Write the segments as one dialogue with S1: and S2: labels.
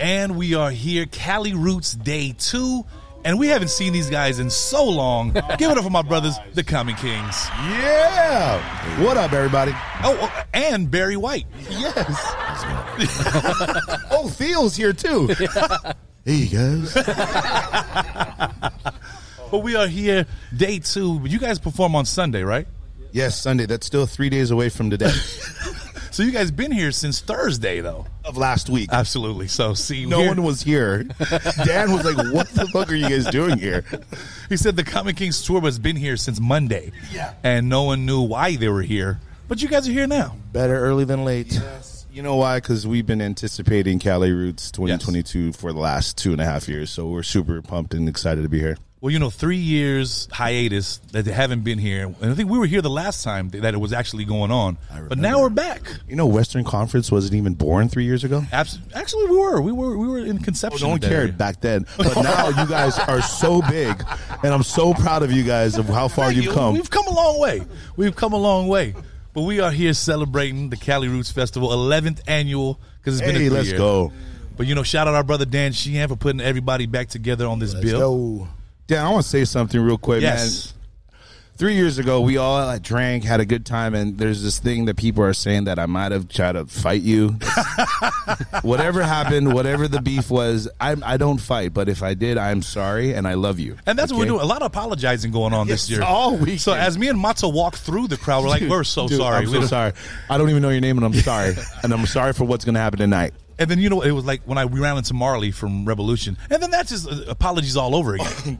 S1: And we are here, Cali Roots Day 2. And we haven't seen these guys in so long. Give it up for my brothers, the Common Kings.
S2: Yeah. What up, everybody?
S1: Oh, and Barry White.
S2: Yes. oh, Theo's here too. There you goes.
S1: But we are here, day two. You guys perform on Sunday, right?
S2: Yes, Sunday. That's still three days away from today
S1: So you guys been here since Thursday, though.
S2: of last week.
S1: Absolutely. So see,
S2: No
S1: here-
S2: one was here. Dan was like, "What the fuck are you guys doing here?"
S1: He said the Common Kings tour has been here since Monday.
S2: Yeah.
S1: And no one knew why they were here, but you guys are here now.
S2: Better early than late. You know why? Because we've been anticipating Cali Roots 2022 for the last two and a half years, so we're super pumped and excited to be here.
S1: Well, you know, three years hiatus that they haven't been here, and I think we were here the last time that it was actually going on. But now we're back.
S2: You know, Western Conference wasn't even born three years ago.
S1: Abs- Actually, we were. We were. We were in
S2: Oh,
S1: conception.
S2: no one
S1: of that
S2: cared
S1: area.
S2: back then, but now you guys are so big, and I'm so proud of you guys of how far
S1: Thank
S2: you've
S1: you.
S2: come.
S1: We've come a long way. We've come a long way. But we are here celebrating the Cali Roots Festival, 11th annual. Because it's been
S2: Hey,
S1: a
S2: let's
S1: year.
S2: go.
S1: But you know, shout out our brother Dan Sheehan for putting everybody back together on this bill.
S2: Yo. Dan, I want to say something real quick, man.
S1: Yes.
S2: three years ago, we all like, drank, had a good time, and there's this thing that people are saying that I might have tried to fight you. whatever happened, whatever the beef was, I'm, I don't fight, but if I did, I'm sorry, and I love you.
S1: And that's what
S2: Okay?
S1: we're doing. A lot of apologizing going on this
S2: Yes,
S1: year.
S2: all weekend.
S1: So as me and Matzo walk through the crowd, we're like, we're so
S2: Dude,
S1: sorry.
S2: I'm
S1: We
S2: so
S1: don't-
S2: sorry. I don't even know your name, and I'm sorry, and I'm sorry for what's going to happen tonight.
S1: And then you know it was like when I we ran into Marley from Revolution, and then that's just uh, apologies all over again.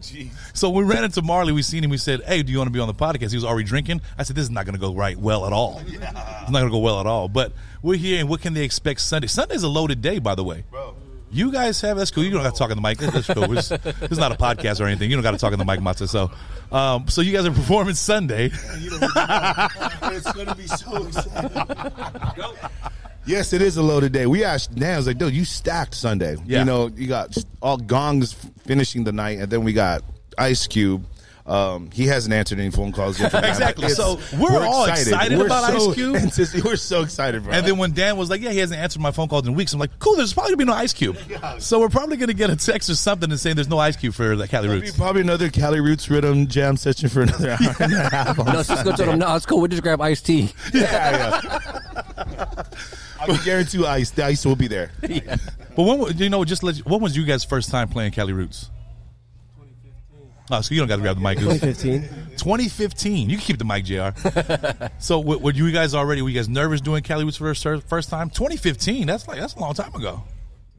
S1: so we ran into Marley, we seen him, we said, "Hey, do you want to be on the podcast?" He was already drinking. I said, "This is not going to go right well at all. It's not going to go well at all." But we're here, and what can they expect Sunday? Sunday's a loaded day, by the way. Bro. You guys have that's cool. You don't got to talk in the mic. That's cool. It's, it's not a podcast or anything. You don't got to talk in the mic, Matza. So, um, so you guys are performing Sunday.
S3: it's gonna be so exciting.
S2: Yes, it is a loaded day. We asked Dan, I was like, dude, you stacked Sunday.
S1: Yeah.
S2: You know, you got all gongs finishing the night, and then we got Ice Cube. Um, he hasn't answered any phone calls yet. from Dan.
S1: Exactly.
S2: It's-
S1: So we're all excited about
S2: so
S1: Ice Cube.
S2: antici- we're so excited, bro.
S1: And then when Dan was like, "Yeah, he hasn't answered my phone calls in weeks," I'm like, "Cool, there's probably gonna be no Ice Cube." So we're probably gonna get a text or something and saying there's no Ice Cube for the Cali
S2: It'll be
S1: Roots.
S2: probably another Cali Roots Rhythm jam session for another hour and a half. on
S4: No, it's just go to them. No, it's cool. We'll just grab iced tea.
S2: yeah, yeah. I guarantee you, Ice, the Ice will be there.
S1: But when wa- you know, just let you, when was you guys' first time playing Cali Roots? Oh, so you don't got to grab the mic.
S5: 2015.
S1: 2015. You can keep the mic, Jr. so were, were you guys already? Were you guys nervous doing Cali Roots for the first- first time? 2015. That's like that's a long time ago.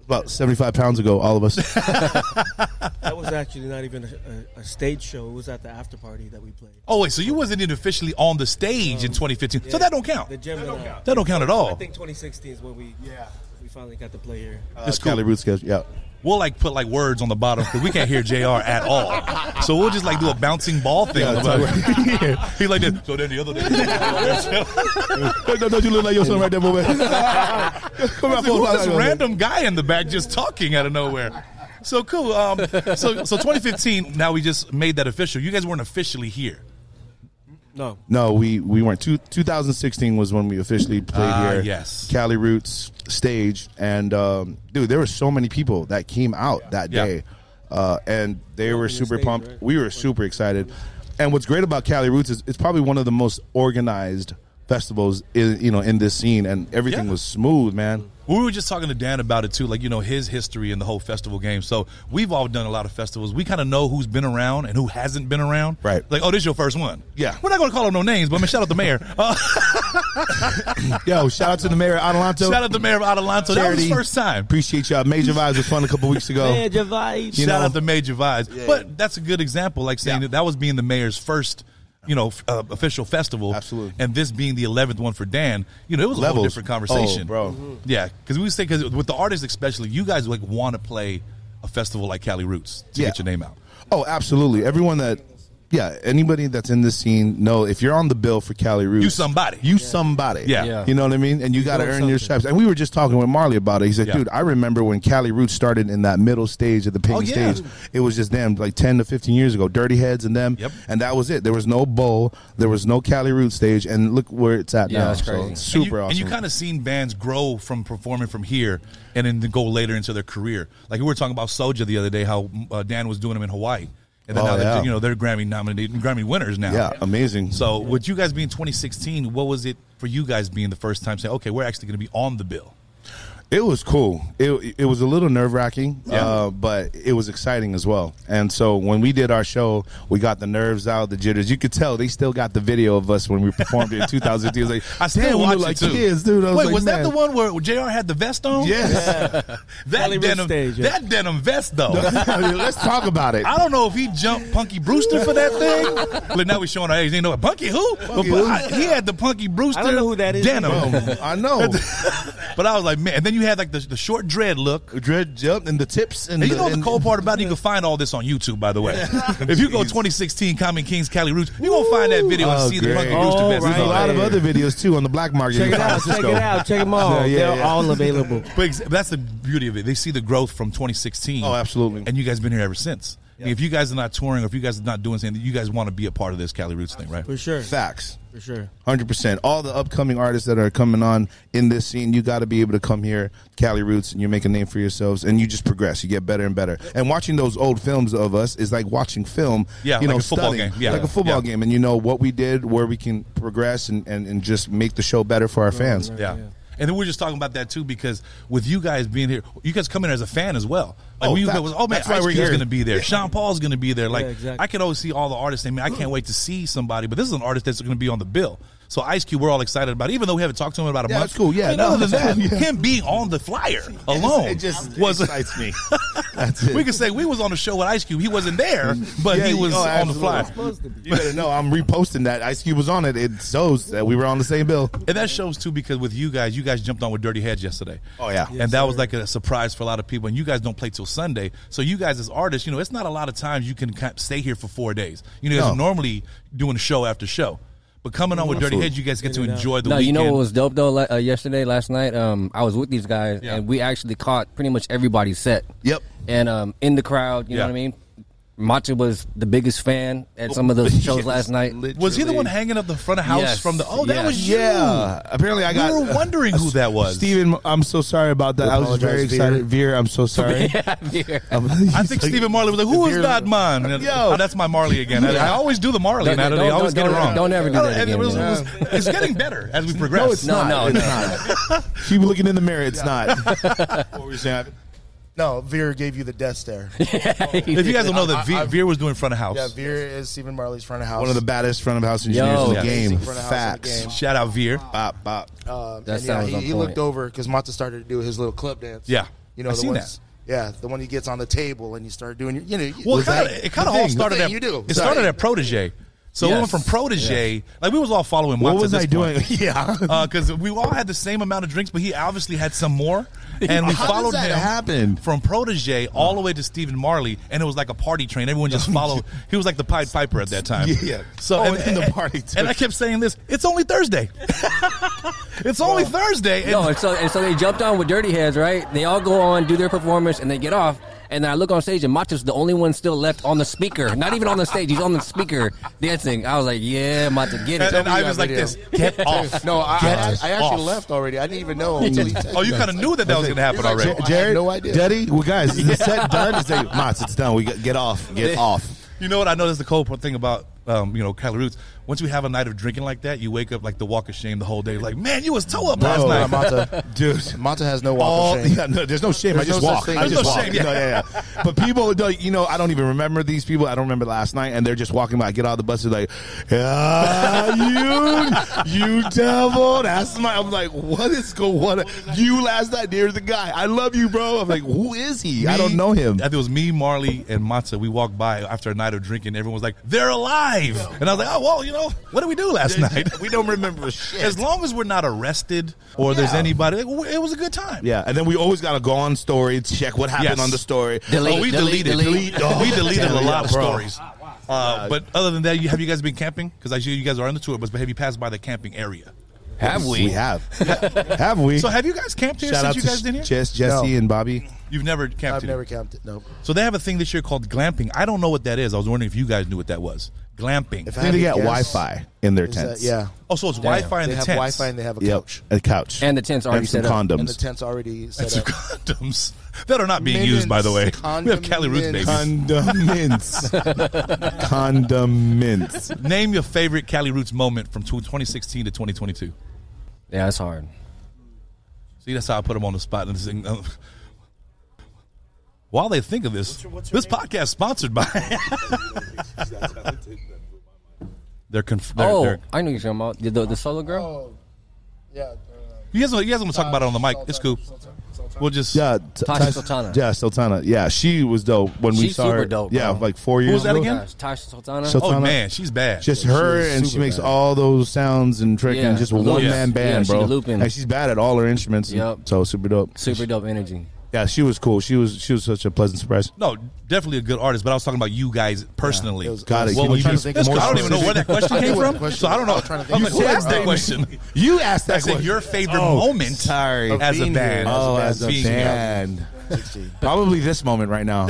S2: About 75 pounds ago, all of us.
S5: That was actually not even a, a, a stage show. It was at the after party that we played.
S1: Oh wait, so you wasn't even officially on the stage in 2015. So that don't count.
S5: The Gemini.
S1: That don't count at all.
S5: I think 2016 is when we yeah we finally got to play here.
S2: Uh,
S1: It's cool.
S2: Cali Roots, guys, yeah.
S1: We'll like put like words on the bottom because we can't hear Jr. at all. So we'll just like do a bouncing ball thing. on the
S2: Uh,
S1: bottom. He's like this. So then the other day,
S2: Hey, don't, don't you look like your son right there, boy? Come out
S1: who's this
S2: for a
S1: random guy in the back just talking out of nowhere? So cool. Um, so so 2015. Now we just made that official. You guys weren't officially here.
S5: No,
S2: No, we we weren't. Two, 2016 was when we officially played
S1: Ah,
S2: here.
S1: yes.
S2: Cali Roots stage, and um, dude, there were so many people that came out that
S1: Yeah.
S2: day, uh, and they were super
S5: stage,
S2: pumped.
S5: right?
S2: We were super excited, and what's great about Cali Roots is it's probably one of the most organized festivals in you know in this scene, and everything
S1: Yeah.
S2: was smooth, man.
S1: We were just talking to Dan about it too, like you know his history and the whole festival game. So we've all done a lot of festivals. We kind of know who's been around and who hasn't been around.
S2: Right.
S1: Like, oh, this is your first one.
S2: Yeah.
S1: We're not going to call him no names, but I mean, shout out the mayor. Uh,
S2: Yo, shout out to the mayor, Adelanto.
S1: shout out the mayor of Adelanto. That was
S2: Charity.
S1: his first time.
S2: Appreciate y'all. Major Vibes was fun a couple weeks ago. You
S1: Shout
S2: know-
S1: out to Major Vibes. But that's a good example, like saying
S2: Yeah.
S1: that that was being the mayor's first, you know, f- uh, official festival.
S2: Absolutely.
S1: And this being the eleventh one for Dan, you know, it was a whole
S2: Levels.
S1: different conversation, Mm-hmm.
S2: Oh, bro.
S1: Yeah, because we say because with the artists especially, you guys like want to play a festival like Cali Roots to
S2: Yeah.
S1: get your name out.
S2: Oh, absolutely. Everyone that yeah, anybody that's in this scene, know if you're on the bill for Cali Roots,
S1: You somebody.
S2: you somebody.
S1: Yeah.
S4: Yeah.
S2: You know what I mean? And you got to
S5: owe
S2: earn your stripes. And we were just talking with Marley about it. He said,
S1: Yeah.
S2: dude, I remember when Cali Roots started in that middle stage of the pink
S1: Oh, yeah.
S2: stage. It was just them, like 10 to 15 years ago. Dirty Heads and them.
S1: Yep.
S2: And that was it. There was no bowl. There was no Cali Roots stage. And look where it's at
S4: Yeah,
S2: now.
S4: that's
S2: So
S4: crazy.
S2: it's
S1: And
S2: super
S1: you-
S2: awesome.
S1: And you kind of seen bands grow from performing from here and then go later into their career. Like we were talking about Soja the other day, how uh, Dan was doing them in Hawaii, and then
S2: Oh,
S1: now they're,
S2: yeah.
S1: you know they're Grammy nominated, Grammy winners now.
S2: yeah, amazing.
S1: So with you guys being 2016, what was it for you guys being the first time saying, okay, we're actually going to be on the bill?
S2: It was cool. It it was a little nerve wracking,
S1: Yeah.
S2: uh, but it was exciting as well. And so when we did our show, we got the nerves out, the jitters. You could tell they still got the video of us when we performed it in 2002. It was like,
S1: I
S2: "Damn,
S1: still
S2: we
S1: watch
S2: look
S1: it
S2: like
S1: too.
S2: kids, dude. I was
S1: Wait,
S2: like,
S1: was that
S2: "Man."
S1: the one where Jr. had the vest on?
S2: Yes.
S1: that
S5: Kelly Roots
S1: denim,
S5: stage, yeah.
S1: that denim vest though.
S2: I mean, let's talk about it.
S1: I don't know if he jumped Punky Brewster for that thing. but now we're showing our age. They know Punky who? but,
S2: who?
S1: I- he had the Punky Brewster.
S5: I don't know who that is.
S1: Denim.
S2: Boom. Um, I know.
S1: but I was like, man. And then you had like the, the short dread look.
S2: Dread jump and the tips and,
S1: And you
S2: the,
S1: know the
S2: and-
S1: cold part about it? You can find all this on YouTube, by the way. if you go 2016 Common Kings Cali Roots, you're going to find that video
S2: Oh,
S1: and see the
S2: great.
S1: Punky Brewster
S5: Oh,
S1: vest.
S2: There's a
S5: right.
S2: lot of
S5: Hey.
S2: other videos too on the black market.
S5: Check
S2: in
S5: it
S2: San
S5: out. Check it
S2: Francisco.
S5: out. Check them all.
S2: Yeah, yeah,
S5: They're
S2: yeah.
S5: all available.
S1: But ex- that's the beauty of it. They see the growth from 2016.
S2: Oh, absolutely.
S1: And you guys been here ever since. I mean, if you guys are not touring or if you guys are not doing something, you guys want to be a part of this Cali Roots thing, right?
S5: For sure.
S2: Facts.
S5: For sure.
S2: Hundred percent. All the upcoming artists that are coming on in this scene, you got to be able to come here, Cali roots, and you make a name for yourselves, and you just progress. You get better and better. And watching those old films of us is like watching film.
S1: Yeah,
S2: you
S1: like
S2: know,
S1: a football
S2: studying.
S1: game. Yeah.
S2: like a football
S1: Yeah.
S2: game, and you know what we did, where we can progress, and and, and just make the show better for our fans.
S1: Yeah. And then we are just talking about that too because with you guys being here, you guys come in as a fan as well. Like
S2: Oh,
S1: when you
S2: fact.
S1: guys, oh man,
S2: That's why
S1: Ice
S2: we're
S1: Cube's
S2: here.
S1: going to be there. Sean Paul's going to be there. Like
S5: exactly.
S1: I could always see all the artists. And man, I can't wait to see somebody. But this is an artist that's going to be on the bill. So Ice Cube, we're all excited about. Even though we haven't talked to him in about a
S2: Yeah,
S1: month.
S2: that's cool. Yeah,
S1: I mean,
S2: no,
S1: other than that,
S2: yeah.
S1: him being on the flyer alone
S2: It just
S1: was
S2: excites me. That's it.
S1: we could say we was on the show with Ice Cube. He wasn't there, but
S2: Yeah,
S1: he was
S2: oh,
S1: on the
S2: absolutely.
S1: flyer.
S2: You better know. I'm reposting that. Ice Cube was on it. It shows that we were on the same bill.
S1: And that shows too because with you guys, you guys jumped on with Dirty Heads yesterday.
S2: Oh, yeah.
S1: and that was like a surprise for a lot of people. And you guys don't play till Sunday, so you guys as artists, you know, it's not a lot of times you can kind of stay here for four days. You know,
S2: No.
S1: it's normally doing show after show, but coming on with Dirty Heads, you guys get to
S5: Get it out.
S1: enjoy the
S4: No,
S1: weekend.
S4: you know what was dope though? Like, uh, yesterday, last night, um, I was with these guys
S1: Yeah.
S4: and we actually caught pretty much everybody's set.
S2: Yep.
S4: And um, in the crowd, you
S1: Yeah.
S4: know what I mean. Macha was the biggest fan at some of those shows
S2: Yes,
S4: last night.
S1: Was he the
S2: literally.
S1: one hanging up the front of house
S4: Yes.
S1: from the? Oh, that
S4: Yeah.
S1: was you.
S2: Yeah. Apparently, I
S1: We
S2: got.
S1: were wondering who that was.
S2: Steven, I'm so sorry about that. I was
S3: Apologize,
S2: very excited. Veer, I'm so sorry.
S4: Yeah.
S2: Um,
S1: I think Stephen Marley was like, "Who is not mine?" And-
S2: Yo.
S1: oh, that's my Marley again. I, I always do the Marley,
S4: Don't-
S1: and I,
S4: don't-
S1: I always
S4: don't-
S1: get it
S4: don't-
S1: wrong.
S4: don't ever do
S1: I
S4: that
S1: and it
S4: again,
S1: was-
S4: man.
S1: it was- it's getting better as we progress.
S2: it's
S4: No, no,
S2: It's
S4: no.
S2: Keep looking in the mirror. It's not. what were you saying?
S3: No, Veer gave you the death stare.
S1: If you guys don't know that
S3: I-
S1: Veer,
S3: I-
S1: Veer was doing front of house.
S3: yeah, Veer is Stephen Marley's front of house.
S2: One of the baddest front of house engineers
S4: Yo.
S2: in the
S4: Yeah.
S2: game.
S3: Front of house in the
S2: Facts.
S3: game.
S1: Shout out Veer.
S2: Bop, bop.
S3: Um,
S4: That
S3: and yeah,
S4: sounds
S3: he,
S4: on
S3: he
S4: point.
S3: looked over because Mata started to do his little club dance.
S1: Yeah.
S3: you know
S1: I
S3: the
S1: seen
S3: ones. Yeah, the one he gets on the table and you start doing your, you know, you-
S1: Well,
S3: Was
S1: it kinda,
S3: that-
S1: it kind of
S3: the
S1: all
S3: thing-
S1: started
S3: the
S1: at
S3: thing you do.
S1: It started
S3: Sorry.
S1: at protege. So we
S4: Yes.
S1: went from protege, like we was all following.
S2: What
S1: Monts
S2: was
S1: at
S2: I
S1: this
S2: doing?
S1: point.
S2: yeah.
S1: Because we all had the same amount of drinks, but he obviously had some more, and we
S2: How does
S1: followed
S2: that
S1: him
S2: happen?
S1: from protege all the way to Stephen Marley, and it was like a party train. Everyone just followed. He was like the Pied Piper at that time.
S2: Yeah.
S1: So
S2: Oh,
S1: and,
S2: and the party too.
S1: and I kept saying this: It's only Thursday. it's only Thursday. And
S4: No, and so and so they jumped on with Dirty Heads, right? They all go on, do their performance, and they get off. And then I look on stage, and Macho's the only one still left on the speaker. Not even on the stage; he's on the speaker dancing. I was like, "Yeah, Macho, get it."
S1: and, and
S3: me
S1: I
S3: that
S1: was like,
S3: video.
S1: "This, get off."
S3: No, I,
S1: Get
S3: I, I
S1: off.
S3: actually left already. I didn't even know. until he texted
S1: Oh, you
S3: us.
S1: kind of knew that that was going to happen
S3: He's like,
S1: already.
S3: I had
S2: Jared,
S3: no idea.
S2: Daddy, well, guys, is the set done? It's like, Mots, it's done. We got, get off. Get off.
S1: You know what? I know that's the cold part thing about um, you know Cali Roots. Once you have a night of drinking like that, you wake up like the walk of shame the whole day. Like, man, you was toe up last
S3: Bro,
S1: night.
S3: Mata,
S2: Dude.
S3: Mata has no
S2: all
S1: Oh,
S3: walk of shame.
S2: yeah, no, there's no shame.
S3: There's
S2: I just
S3: no such
S2: walk.
S3: thing.
S2: I
S1: There's
S2: just
S1: no
S2: walk.
S1: shame,
S2: No, yeah, yeah. But people, don't- you know, I don't even remember these people. I don't remember last night, and they're just walking by. I get out of the bus. They're like, "Ah, you, you devil!" That's my. I'm like, what is going? What you last night? There's the guy. I love you, bro. I'm like, who is he? I don't know him.
S1: I think it was me, Marley, and Matza. We walked by after a night of drinking. Everyone was like, "They're alive," and I was like, "Oh well, you know, what did we do last night?
S2: We don't remember shit.
S1: As long as we're not arrested or there's
S2: Yeah.
S1: anybody, it it was a good time."
S2: Yeah, and then we always got to go on story, check what happened
S1: Yes.
S2: on the story.
S4: Delete,
S1: oh, we
S4: delete,
S1: deleted.
S4: delete.
S1: we deleted a lot of
S2: Bro.
S1: stories. Uh, but other than that, you, have you guys been camping? Because I see you guys are on the tour, but have you passed by the camping area?
S4: Have we?
S2: We have. have we?
S1: So have you guys camped here
S2: Shout out
S1: since you
S2: to
S1: guys been here?
S2: Jess, Jesse,
S6: No.
S2: and Bobby.
S1: You've never camped
S6: I've
S1: here.
S6: never camped it. No.
S1: So they have a thing this year called glamping. I don't know what that is. I was wondering if you guys knew what that was. Glamping.
S6: If I
S2: They
S6: had to
S2: got
S6: guess,
S2: Wi-Fi in their
S6: is
S3: uh,
S6: that-
S2: tents.
S6: yeah.
S1: oh, so it's Wi-Fi in
S6: they
S1: the
S6: have
S1: tents.
S6: Wi-Fi and they have a
S2: Yep.
S6: couch.
S2: A couch.
S4: And the tents already
S2: and some
S4: set up.
S2: condoms.
S6: And the tent's already set
S1: Some
S6: up.
S1: condoms that are not being used, by the way.
S6: Millions,
S1: We have Cali Roots babies.
S6: condiments.
S2: Condiments. Condiments.
S1: Name your favorite Cali Roots moment from 2016 to 2022.
S4: Yeah, that's hard.
S1: See, that's how I put them on the spot. And this thing- Uh, While they think of this, this podcast sponsored by. they're conf- they're,
S4: oh,
S1: they're-
S4: I know you're talking about the, the, the solo girl.
S6: Oh, yeah.
S1: you guys, you guys want to talk about it on the mic? It's cool. We'll just.
S2: Yeah,
S4: Tasha
S2: Tasha-
S4: Sultana.
S2: Yeah, Sultana. Yeah, she was dope when we
S4: She's
S2: saw her.
S4: super dope,
S2: Yeah,
S4: bro.
S2: like four years.
S1: was that
S2: ago.
S1: again?
S4: Oh, Gosh, Tasha Sultana.
S2: So-
S1: Oh
S2: Sultana.
S1: man, she's bad.
S2: Just her,
S6: She was
S2: and she
S6: super
S2: makes
S6: bad.
S2: all those sounds and trick
S4: Yeah.
S2: and just a
S4: Loops.
S2: one man
S1: Yeah,
S2: band,
S4: she
S2: bro.
S4: looping.
S2: And she's bad at all her instruments. and-
S4: Yep.
S2: So super dope.
S4: Super dope energy.
S2: Yeah, she was cool. She was she was such a pleasant surprise.
S1: no, definitely a good artist, but I was talking about you guys personally.
S6: it was-
S2: Got it.
S1: What would
S2: Can we
S1: you-
S2: try to
S1: that's-
S2: think
S1: I
S2: more
S1: don't even know where that question
S6: I
S1: came
S6: think what
S1: from.
S6: the question
S1: so I don't
S6: was. I
S1: know.
S6: was trying to
S1: I'm
S6: think.
S1: gonna
S6: You
S1: ask
S6: said
S1: that
S6: that.
S1: question.
S2: You asked that
S1: I said
S2: question.
S1: your favorite
S2: Oh,
S1: moment.
S2: Sorry.
S6: Of
S1: As a
S6: being here,
S1: band.
S2: oh,
S1: as
S2: as
S1: a
S2: a
S1: being-
S2: band. Probably this moment right now.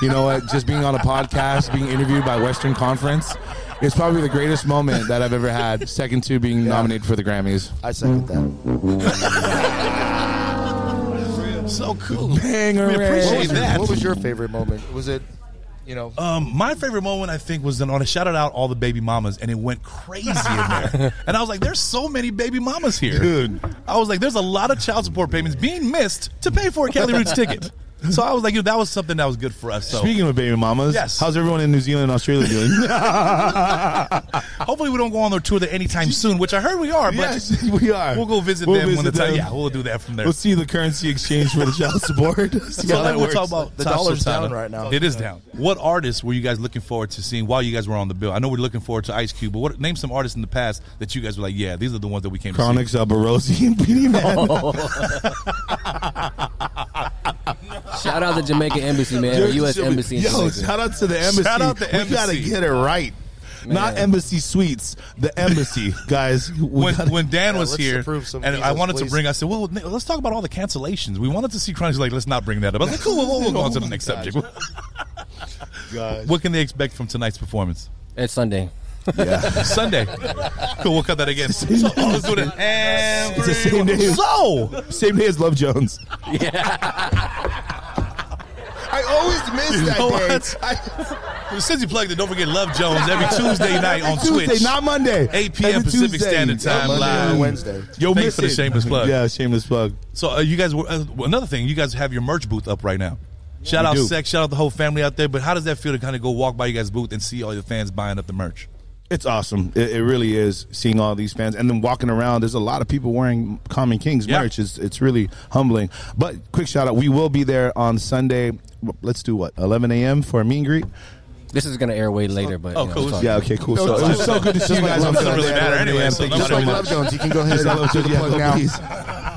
S2: You know what? Just being on a podcast, being interviewed by Western Conference, it's probably the greatest moment that I've ever had. Second to being nominated for the Grammys.
S6: I second
S1: Mm-hmm.
S6: that.
S1: So cool.
S2: Banger.
S1: We appreciate
S6: What was,
S1: that.
S6: what was your favorite moment? Was it, you know,
S1: Um, my favorite moment, I think, was when I shouted out all the baby mamas, and it went crazy in there. And I was like, "There's so many baby mamas here."
S2: Dude.
S1: I was like, "There's a lot of child support payments being missed to pay for a Kelly Roots ticket." So I was like, you know, "That was something that was good for us." So
S2: Speaking of baby mamas,
S1: Yes.
S2: how's everyone in New Zealand and Australia doing?
S1: hopefully, we don't go on their tour there anytime soon, which I heard we are. But
S2: yes, we are.
S1: we'll go visit
S2: We'll
S1: them when the
S2: visit
S1: time.
S2: them.
S1: Yeah, we'll do that from there.
S2: We'll see the currency exchange for the child support. see
S1: So
S2: how
S1: then
S2: that
S1: we'll
S2: works.
S1: talk about
S6: The
S1: Tasha
S6: dollar's
S1: Sultana.
S6: down right now.
S1: It is down. What artists were you guys looking forward to seeing while you guys were on the bill? I know we're looking forward to Ice Cube, but what, name some artists in the past that you guys were like, "Yeah, these are the ones that we came to see."
S2: Chronics, Albarosi, and PD Man.
S4: Shout out to Jamaican Embassy, man. or U.S. Embassy. in
S2: Yo,
S4: Jamaica.
S2: shout out to the embassy.
S1: Shout out the
S2: We gotta
S1: embassy.
S2: get it right. Not embassy suites, the embassy, guys. We
S1: when,
S2: gotta-
S1: when Dan was
S6: let's
S1: here,
S6: approve some
S1: and I
S6: visas,
S1: wanted to
S6: please.
S1: bring, I said, "Well, n- let's talk about all the cancellations." We wanted to see Chronics. Like, let's not bring that up. I was like, "Cool, we'll, we'll go on to
S2: Oh
S1: the next subject." what can they expect from tonight's performance?
S4: It's Sunday.
S1: Sunday. cool, we'll cut that again. So, let's do it. And
S2: It's the same
S1: three-
S2: day.
S1: So,
S2: same day as Love Jones.
S6: I always miss
S1: You
S6: that
S1: know
S6: day.
S1: what?
S6: I,
S1: since you plugged it, don't forget Love Jones every Tuesday night on
S2: Tuesday,
S1: Twitch.
S2: not Monday.
S1: 8 p.m.
S2: Every
S1: Pacific
S2: Tuesday.
S1: Standard Time
S6: Monday
S1: live.
S6: and Wednesday.
S2: Yo,
S1: Thanks
S2: miss
S1: for the
S2: it.
S1: shameless plug.
S2: Yeah, shameless plug.
S1: So uh, you guys, were, uh, another thing, you guys have your merch booth up right now. Shout out
S2: do.
S1: Sex, shout out the whole family out there. But how does that feel to kind of go walk by you guys' booth and see all your fans buying up the merch?
S2: It's awesome. It, it really is seeing all these fans and then walking around. There's a lot of people wearing Common Kings
S1: Yeah.
S2: merch. It's, it's really humbling. But quick shout out, we will be there on Sunday. Let's do what 11 a.m. for a meet and greet.
S4: This is gonna air way later, but
S1: Oh,
S4: you know,
S1: cool.
S4: it's all
S2: Yeah,
S4: good.
S2: okay, cool.
S6: No,
S2: So it
S6: it's
S2: was
S6: like-
S2: so good to see you
S6: like
S2: guys on
S6: Love
S2: Sunday.
S6: Jones. Doesn't really
S1: matter anyway, so
S2: Thank you
S1: I'm
S6: just
S1: gonna
S2: so
S6: like
S1: be
S2: much.
S6: Love Jones, you can go ahead
S2: Just
S6: and
S2: love
S6: do
S2: Jones.
S6: the
S2: Yeah,
S6: plug
S2: go,
S6: now.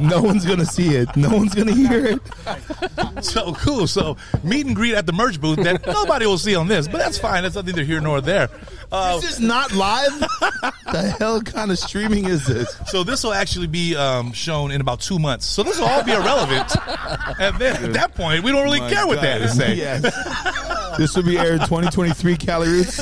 S2: please. No one's gonna see it. No one's gonna hear it.
S1: So cool. So meet and greet at the merch booth that nobody will see on this, but that's fine. That's neither here nor there. Uh,
S2: This is not live. the hell kind of streaming is this?
S1: so this will actually be um, shown in about two months. So this will all be irrelevant. and then at that point, we don't really care what that is saying.
S2: Yes. this will be aired 2023 calories.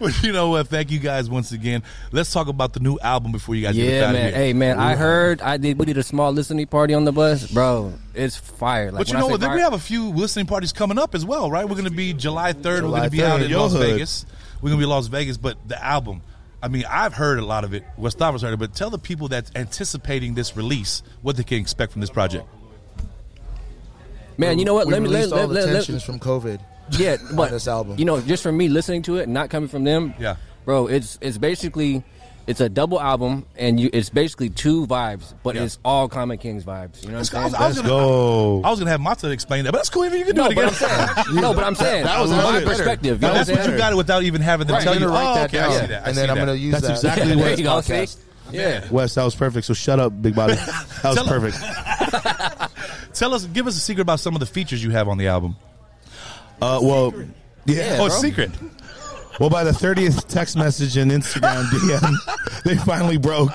S1: But you know what? Thank you guys once again. Let's talk about the new album before you guys get
S4: Yeah,
S1: out
S4: man.
S1: of here.
S4: Hey, man. I heard I did. We did a small listening party on the bus, bro. It's fire. Like,
S1: But you
S4: when I
S1: know
S4: say
S1: what? Then
S4: fire-
S1: we have a few listening parties coming up as well, right? We're going to be July 3rd. We're going
S2: July
S1: to be out
S2: 3rd,
S1: in
S2: your
S1: Las
S2: hood.
S1: Vegas. We're going to be in Las Vegas. But the album, I mean, I've heard a lot of it. Westover's heard it. But tell the people that's anticipating this release what they can expect from this project.
S4: man. You know what?
S6: We
S4: Let me let,
S6: released all
S4: let,
S6: the
S4: let, let-
S6: tensions from COVID.
S4: yeah, but
S6: this album.
S4: You know, just from me listening to it, not coming from them.
S1: Yeah.
S4: bro. It's it's basically it's a double album, and you it's basically two vibes, but
S1: Yeah.
S4: it's all Common Kings vibes. You know what
S1: I
S4: I'm
S1: was,
S4: saying?
S1: I was gonna,
S2: Go.
S1: I was gonna have Mata explain that, but that's cool. Even you can do
S4: no,
S1: it
S4: but
S1: again.
S4: I'm saying, no, but I'm saying,
S6: That was
S4: from my
S6: better.
S4: perspective. You
S1: No,
S4: know what I'm
S1: that's what
S4: saying?
S1: you got it without even having them
S4: Right.
S1: tell
S6: I'm
S1: you.
S6: gonna write
S1: oh,
S6: that
S1: okay,
S6: down,
S1: I see that. I
S6: and
S1: see
S6: then I'm
S1: that.
S6: gonna use
S2: That's
S6: that.
S2: exactly what
S4: There you go. See?
S6: Podcast.
S4: Yeah.
S2: Wes, that was perfect. So shut up, big body. That was
S1: Tell 'em.
S2: perfect.
S1: Tell us, give us a secret about some of the features you have on the album.
S2: Uh, well, yeah.
S1: oh, it's secret.
S2: Well, by the 30th text message and Instagram DM, they finally broke.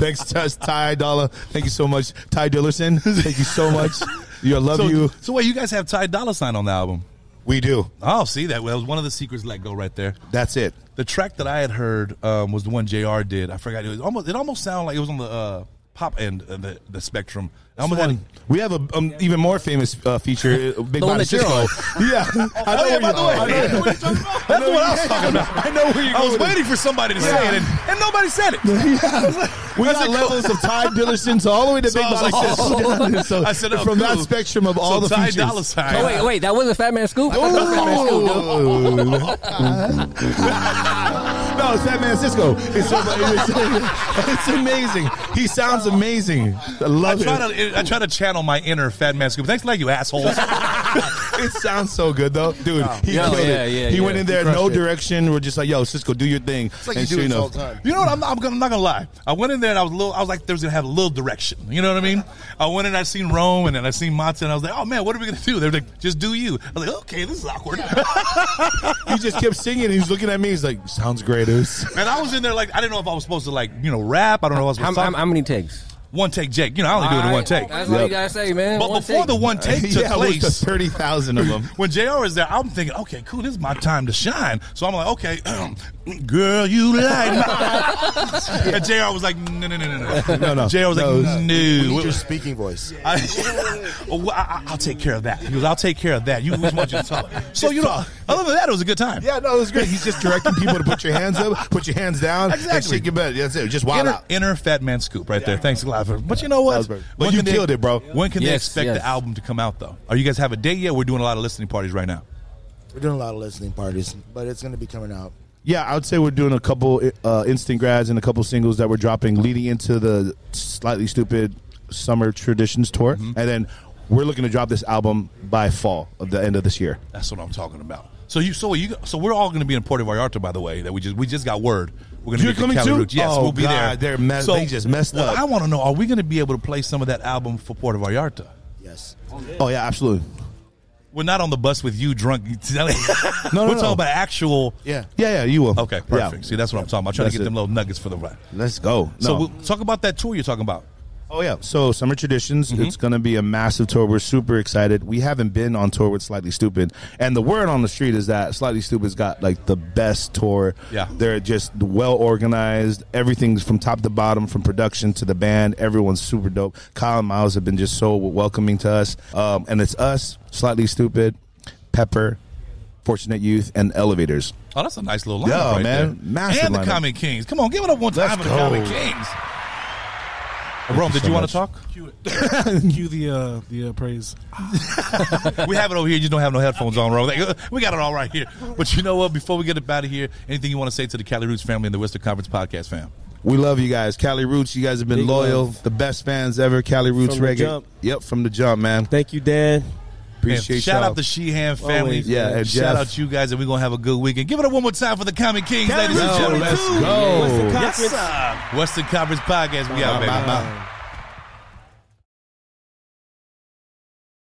S2: Thanks, Tush, Ty Dolla. Thank you so much, Ty Dillerson. Thank you so much. You, I love
S1: so,
S2: you.
S1: so wait, you guys have Ty Dolla Sign on the album?
S2: We do.
S1: Oh, see that well, that was one of the secrets let go right there.
S2: That's it.
S1: The track that I had heard um, was the one Jr. did. I forgot it was almost. It almost sounded like it was on the uh, pop end of the, the spectrum. I almost had,
S2: We have a um, even more famous uh, feature, uh, Big
S4: The one
S2: Body
S4: that you're
S2: Cisco.
S4: on.
S2: Yeah, I know where you- I know-
S1: That's what I was talking about. I know where you. I was waiting for somebody to say it, and, and nobody said it.
S2: We
S1: That's
S2: got
S1: a
S2: levels of Ty Dillerson's all the way to
S1: So
S2: Big
S1: I was
S2: Body
S1: like,
S2: Cisco.
S1: oh.
S2: So
S1: I said, oh,
S2: from that
S1: cool.
S2: spectrum of all
S1: so
S2: the
S1: Ty
S2: features.
S1: Dolla Sign.
S4: Oh wait, wait, that wasn't Fat Man Scoop. I thought that was Fat Man Scoop, dude.
S2: no, it's Fat Man Cisco. It's, so, it's, it's amazing. He sounds amazing. I
S1: I
S2: love
S1: try
S2: it.
S1: to I try to channel my inner Fat Man Scoop. Thanks, like you assholes.
S2: It sounds so good though, dude. He
S4: Yeah,
S2: killed
S4: yeah,
S2: it.
S4: yeah,
S2: he
S4: yeah.
S2: went in there,
S6: He crushed
S2: no
S6: it.
S2: direction. We're just like, yo, Cisco, do your thing.
S6: It's like you do
S2: sure
S6: this
S2: enough-
S6: all the time.
S1: You know what? I'm, I'm, gonna, I'm not gonna lie. I went in there and I was a little. I was like, there's gonna have a little direction. You know what I mean? I went in. I seen Rome and then I seen Matza and I was like, oh man, what are we gonna do? They're like, just do you. I was like, okay, this is awkward.
S2: He just kept singing. He was looking at me. He's like, sounds great, Oos.
S1: and I was in there like, I didn't know if I was supposed to like, you know, rap. I don't know. If I was
S4: How,
S1: supposed
S4: how,
S1: to
S4: how many takes?
S1: one take, Jake. You know, I only do it in one take.
S4: That's all you gotta say, man.
S1: But
S4: One
S1: before
S4: take.
S1: the one take took
S2: yeah, with the
S1: place,
S2: thirty thousand of them.
S1: when JR is there, I'm thinking, okay, cool, this is my time to shine. So I'm like, okay, girl, you like my-" And JR was like, no, no, no, no, no.
S2: No, no.
S1: JR was
S2: No,
S1: like, "Mm,
S6: You
S1: no.
S6: need your speaking voice.
S1: I, well, I, I'll take care of that. He goes, I'll take care of that. You just want you to talk. So, you know, other than that, it was a good time.
S2: Yeah, no, it was great. He's just directing people to put your hands up, put your hands down, and
S1: Exactly.
S2: shake your butt. That's it. Just wild
S1: Inner,
S2: out.
S1: inner fat man scoop right there. Thanks a lot. For, but you know what?
S2: was perfect.
S1: When
S2: But you
S1: can they-
S2: killed it, bro.
S1: When can they
S4: Yes,
S1: expect
S4: yes.
S1: the album to come out, though? Are you guys have a date yet? We're doing a lot of listening parties right now.
S6: We're doing a lot of listening parties, but it's going to be coming out.
S2: Yeah, I would say we're doing a couple uh, instant grads and a couple singles that we're dropping leading into the slightly stupid summer traditions tour,
S1: Mm-hmm.
S2: and then we're looking to drop this album by fall of the end of this year.
S1: That's what I'm talking about. So you, so you, so we're all going to be in Puerto Vallarta, by the way. That we just, we just got word. We're going
S2: You're
S1: to be
S2: coming
S1: at the Cali
S2: too?
S1: Roots. Yes,
S2: Oh,
S1: we'll be
S2: God,
S1: there.
S2: they're mess-
S1: so,
S2: they just messed
S1: what
S2: up.
S1: I want to know: Are we going to be able to play some of that album for Puerto Vallarta?
S6: Yes.
S2: Oh yeah, absolutely.
S1: We're not on the bus with you drunk. no,
S2: No, no,
S1: We're
S2: no.
S1: talking about actual.
S6: Yeah.
S2: Yeah, yeah, you will.
S1: Okay,
S2: Yeah.
S1: perfect. See, that's what I'm talking about. I'm trying
S2: That's
S1: to get
S2: it.
S1: them little nuggets for the ride.
S2: Let's go. No.
S1: So we'll, talk about that tour you're talking about.
S2: Oh yeah, so Summer Traditions.
S5: Mm-hmm.
S2: It's going to be a massive tour. We're super excited. We haven't been on tour with Slightly Stupid, and the word on the street is that Slightly Stupid's got like the best tour.
S1: Yeah.
S2: they're just well organized. Everything's from top to bottom, from production to the band. Everyone's super dope. Kyle and Miles have been just so welcoming to us, um, and it's us, Slightly Stupid, Pepper, Fortunate Youth, and Elevators.
S1: Oh, that's a nice little lineup,
S2: Yeah,
S1: right
S2: man.
S1: there.
S2: Massive
S1: and the
S2: lineup.
S1: Comic Kings. Come on, give it up one
S2: Let's
S1: time for the
S2: go.
S1: Comic Kings. Rome, did
S2: so
S1: you want
S2: much.
S1: to talk?
S3: Cue it. Cue the uh, the uh, praise.
S1: We have it over here. You just don't have no headphones on, bro. We got it all right here. But you know what? Before we get up out of here, anything you want to say to the Cali Roots family and the Western Conference podcast fam?
S2: We love you guys, Cali Roots. You guys have been
S5: Big
S2: loyal,
S5: love.
S2: the best fans ever. Cali Roots
S5: From the
S2: Reggae.
S5: jump.
S2: Yep, from the jump, man.
S5: Thank you, Dan.
S2: Appreciate
S1: And shout
S2: y'all.
S1: out the Sheehan family.
S5: Always.
S2: Yeah, and
S1: shout
S2: Jeff.
S1: out you guys, and we're gonna have a good weekend. Give it up one more time for the Comic Kings, ladies and
S2: Yo,
S1: gentlemen.
S2: let's go.
S5: Conference.
S1: Western Conference podcast. We out, baby.
S2: Bye, bye, bye.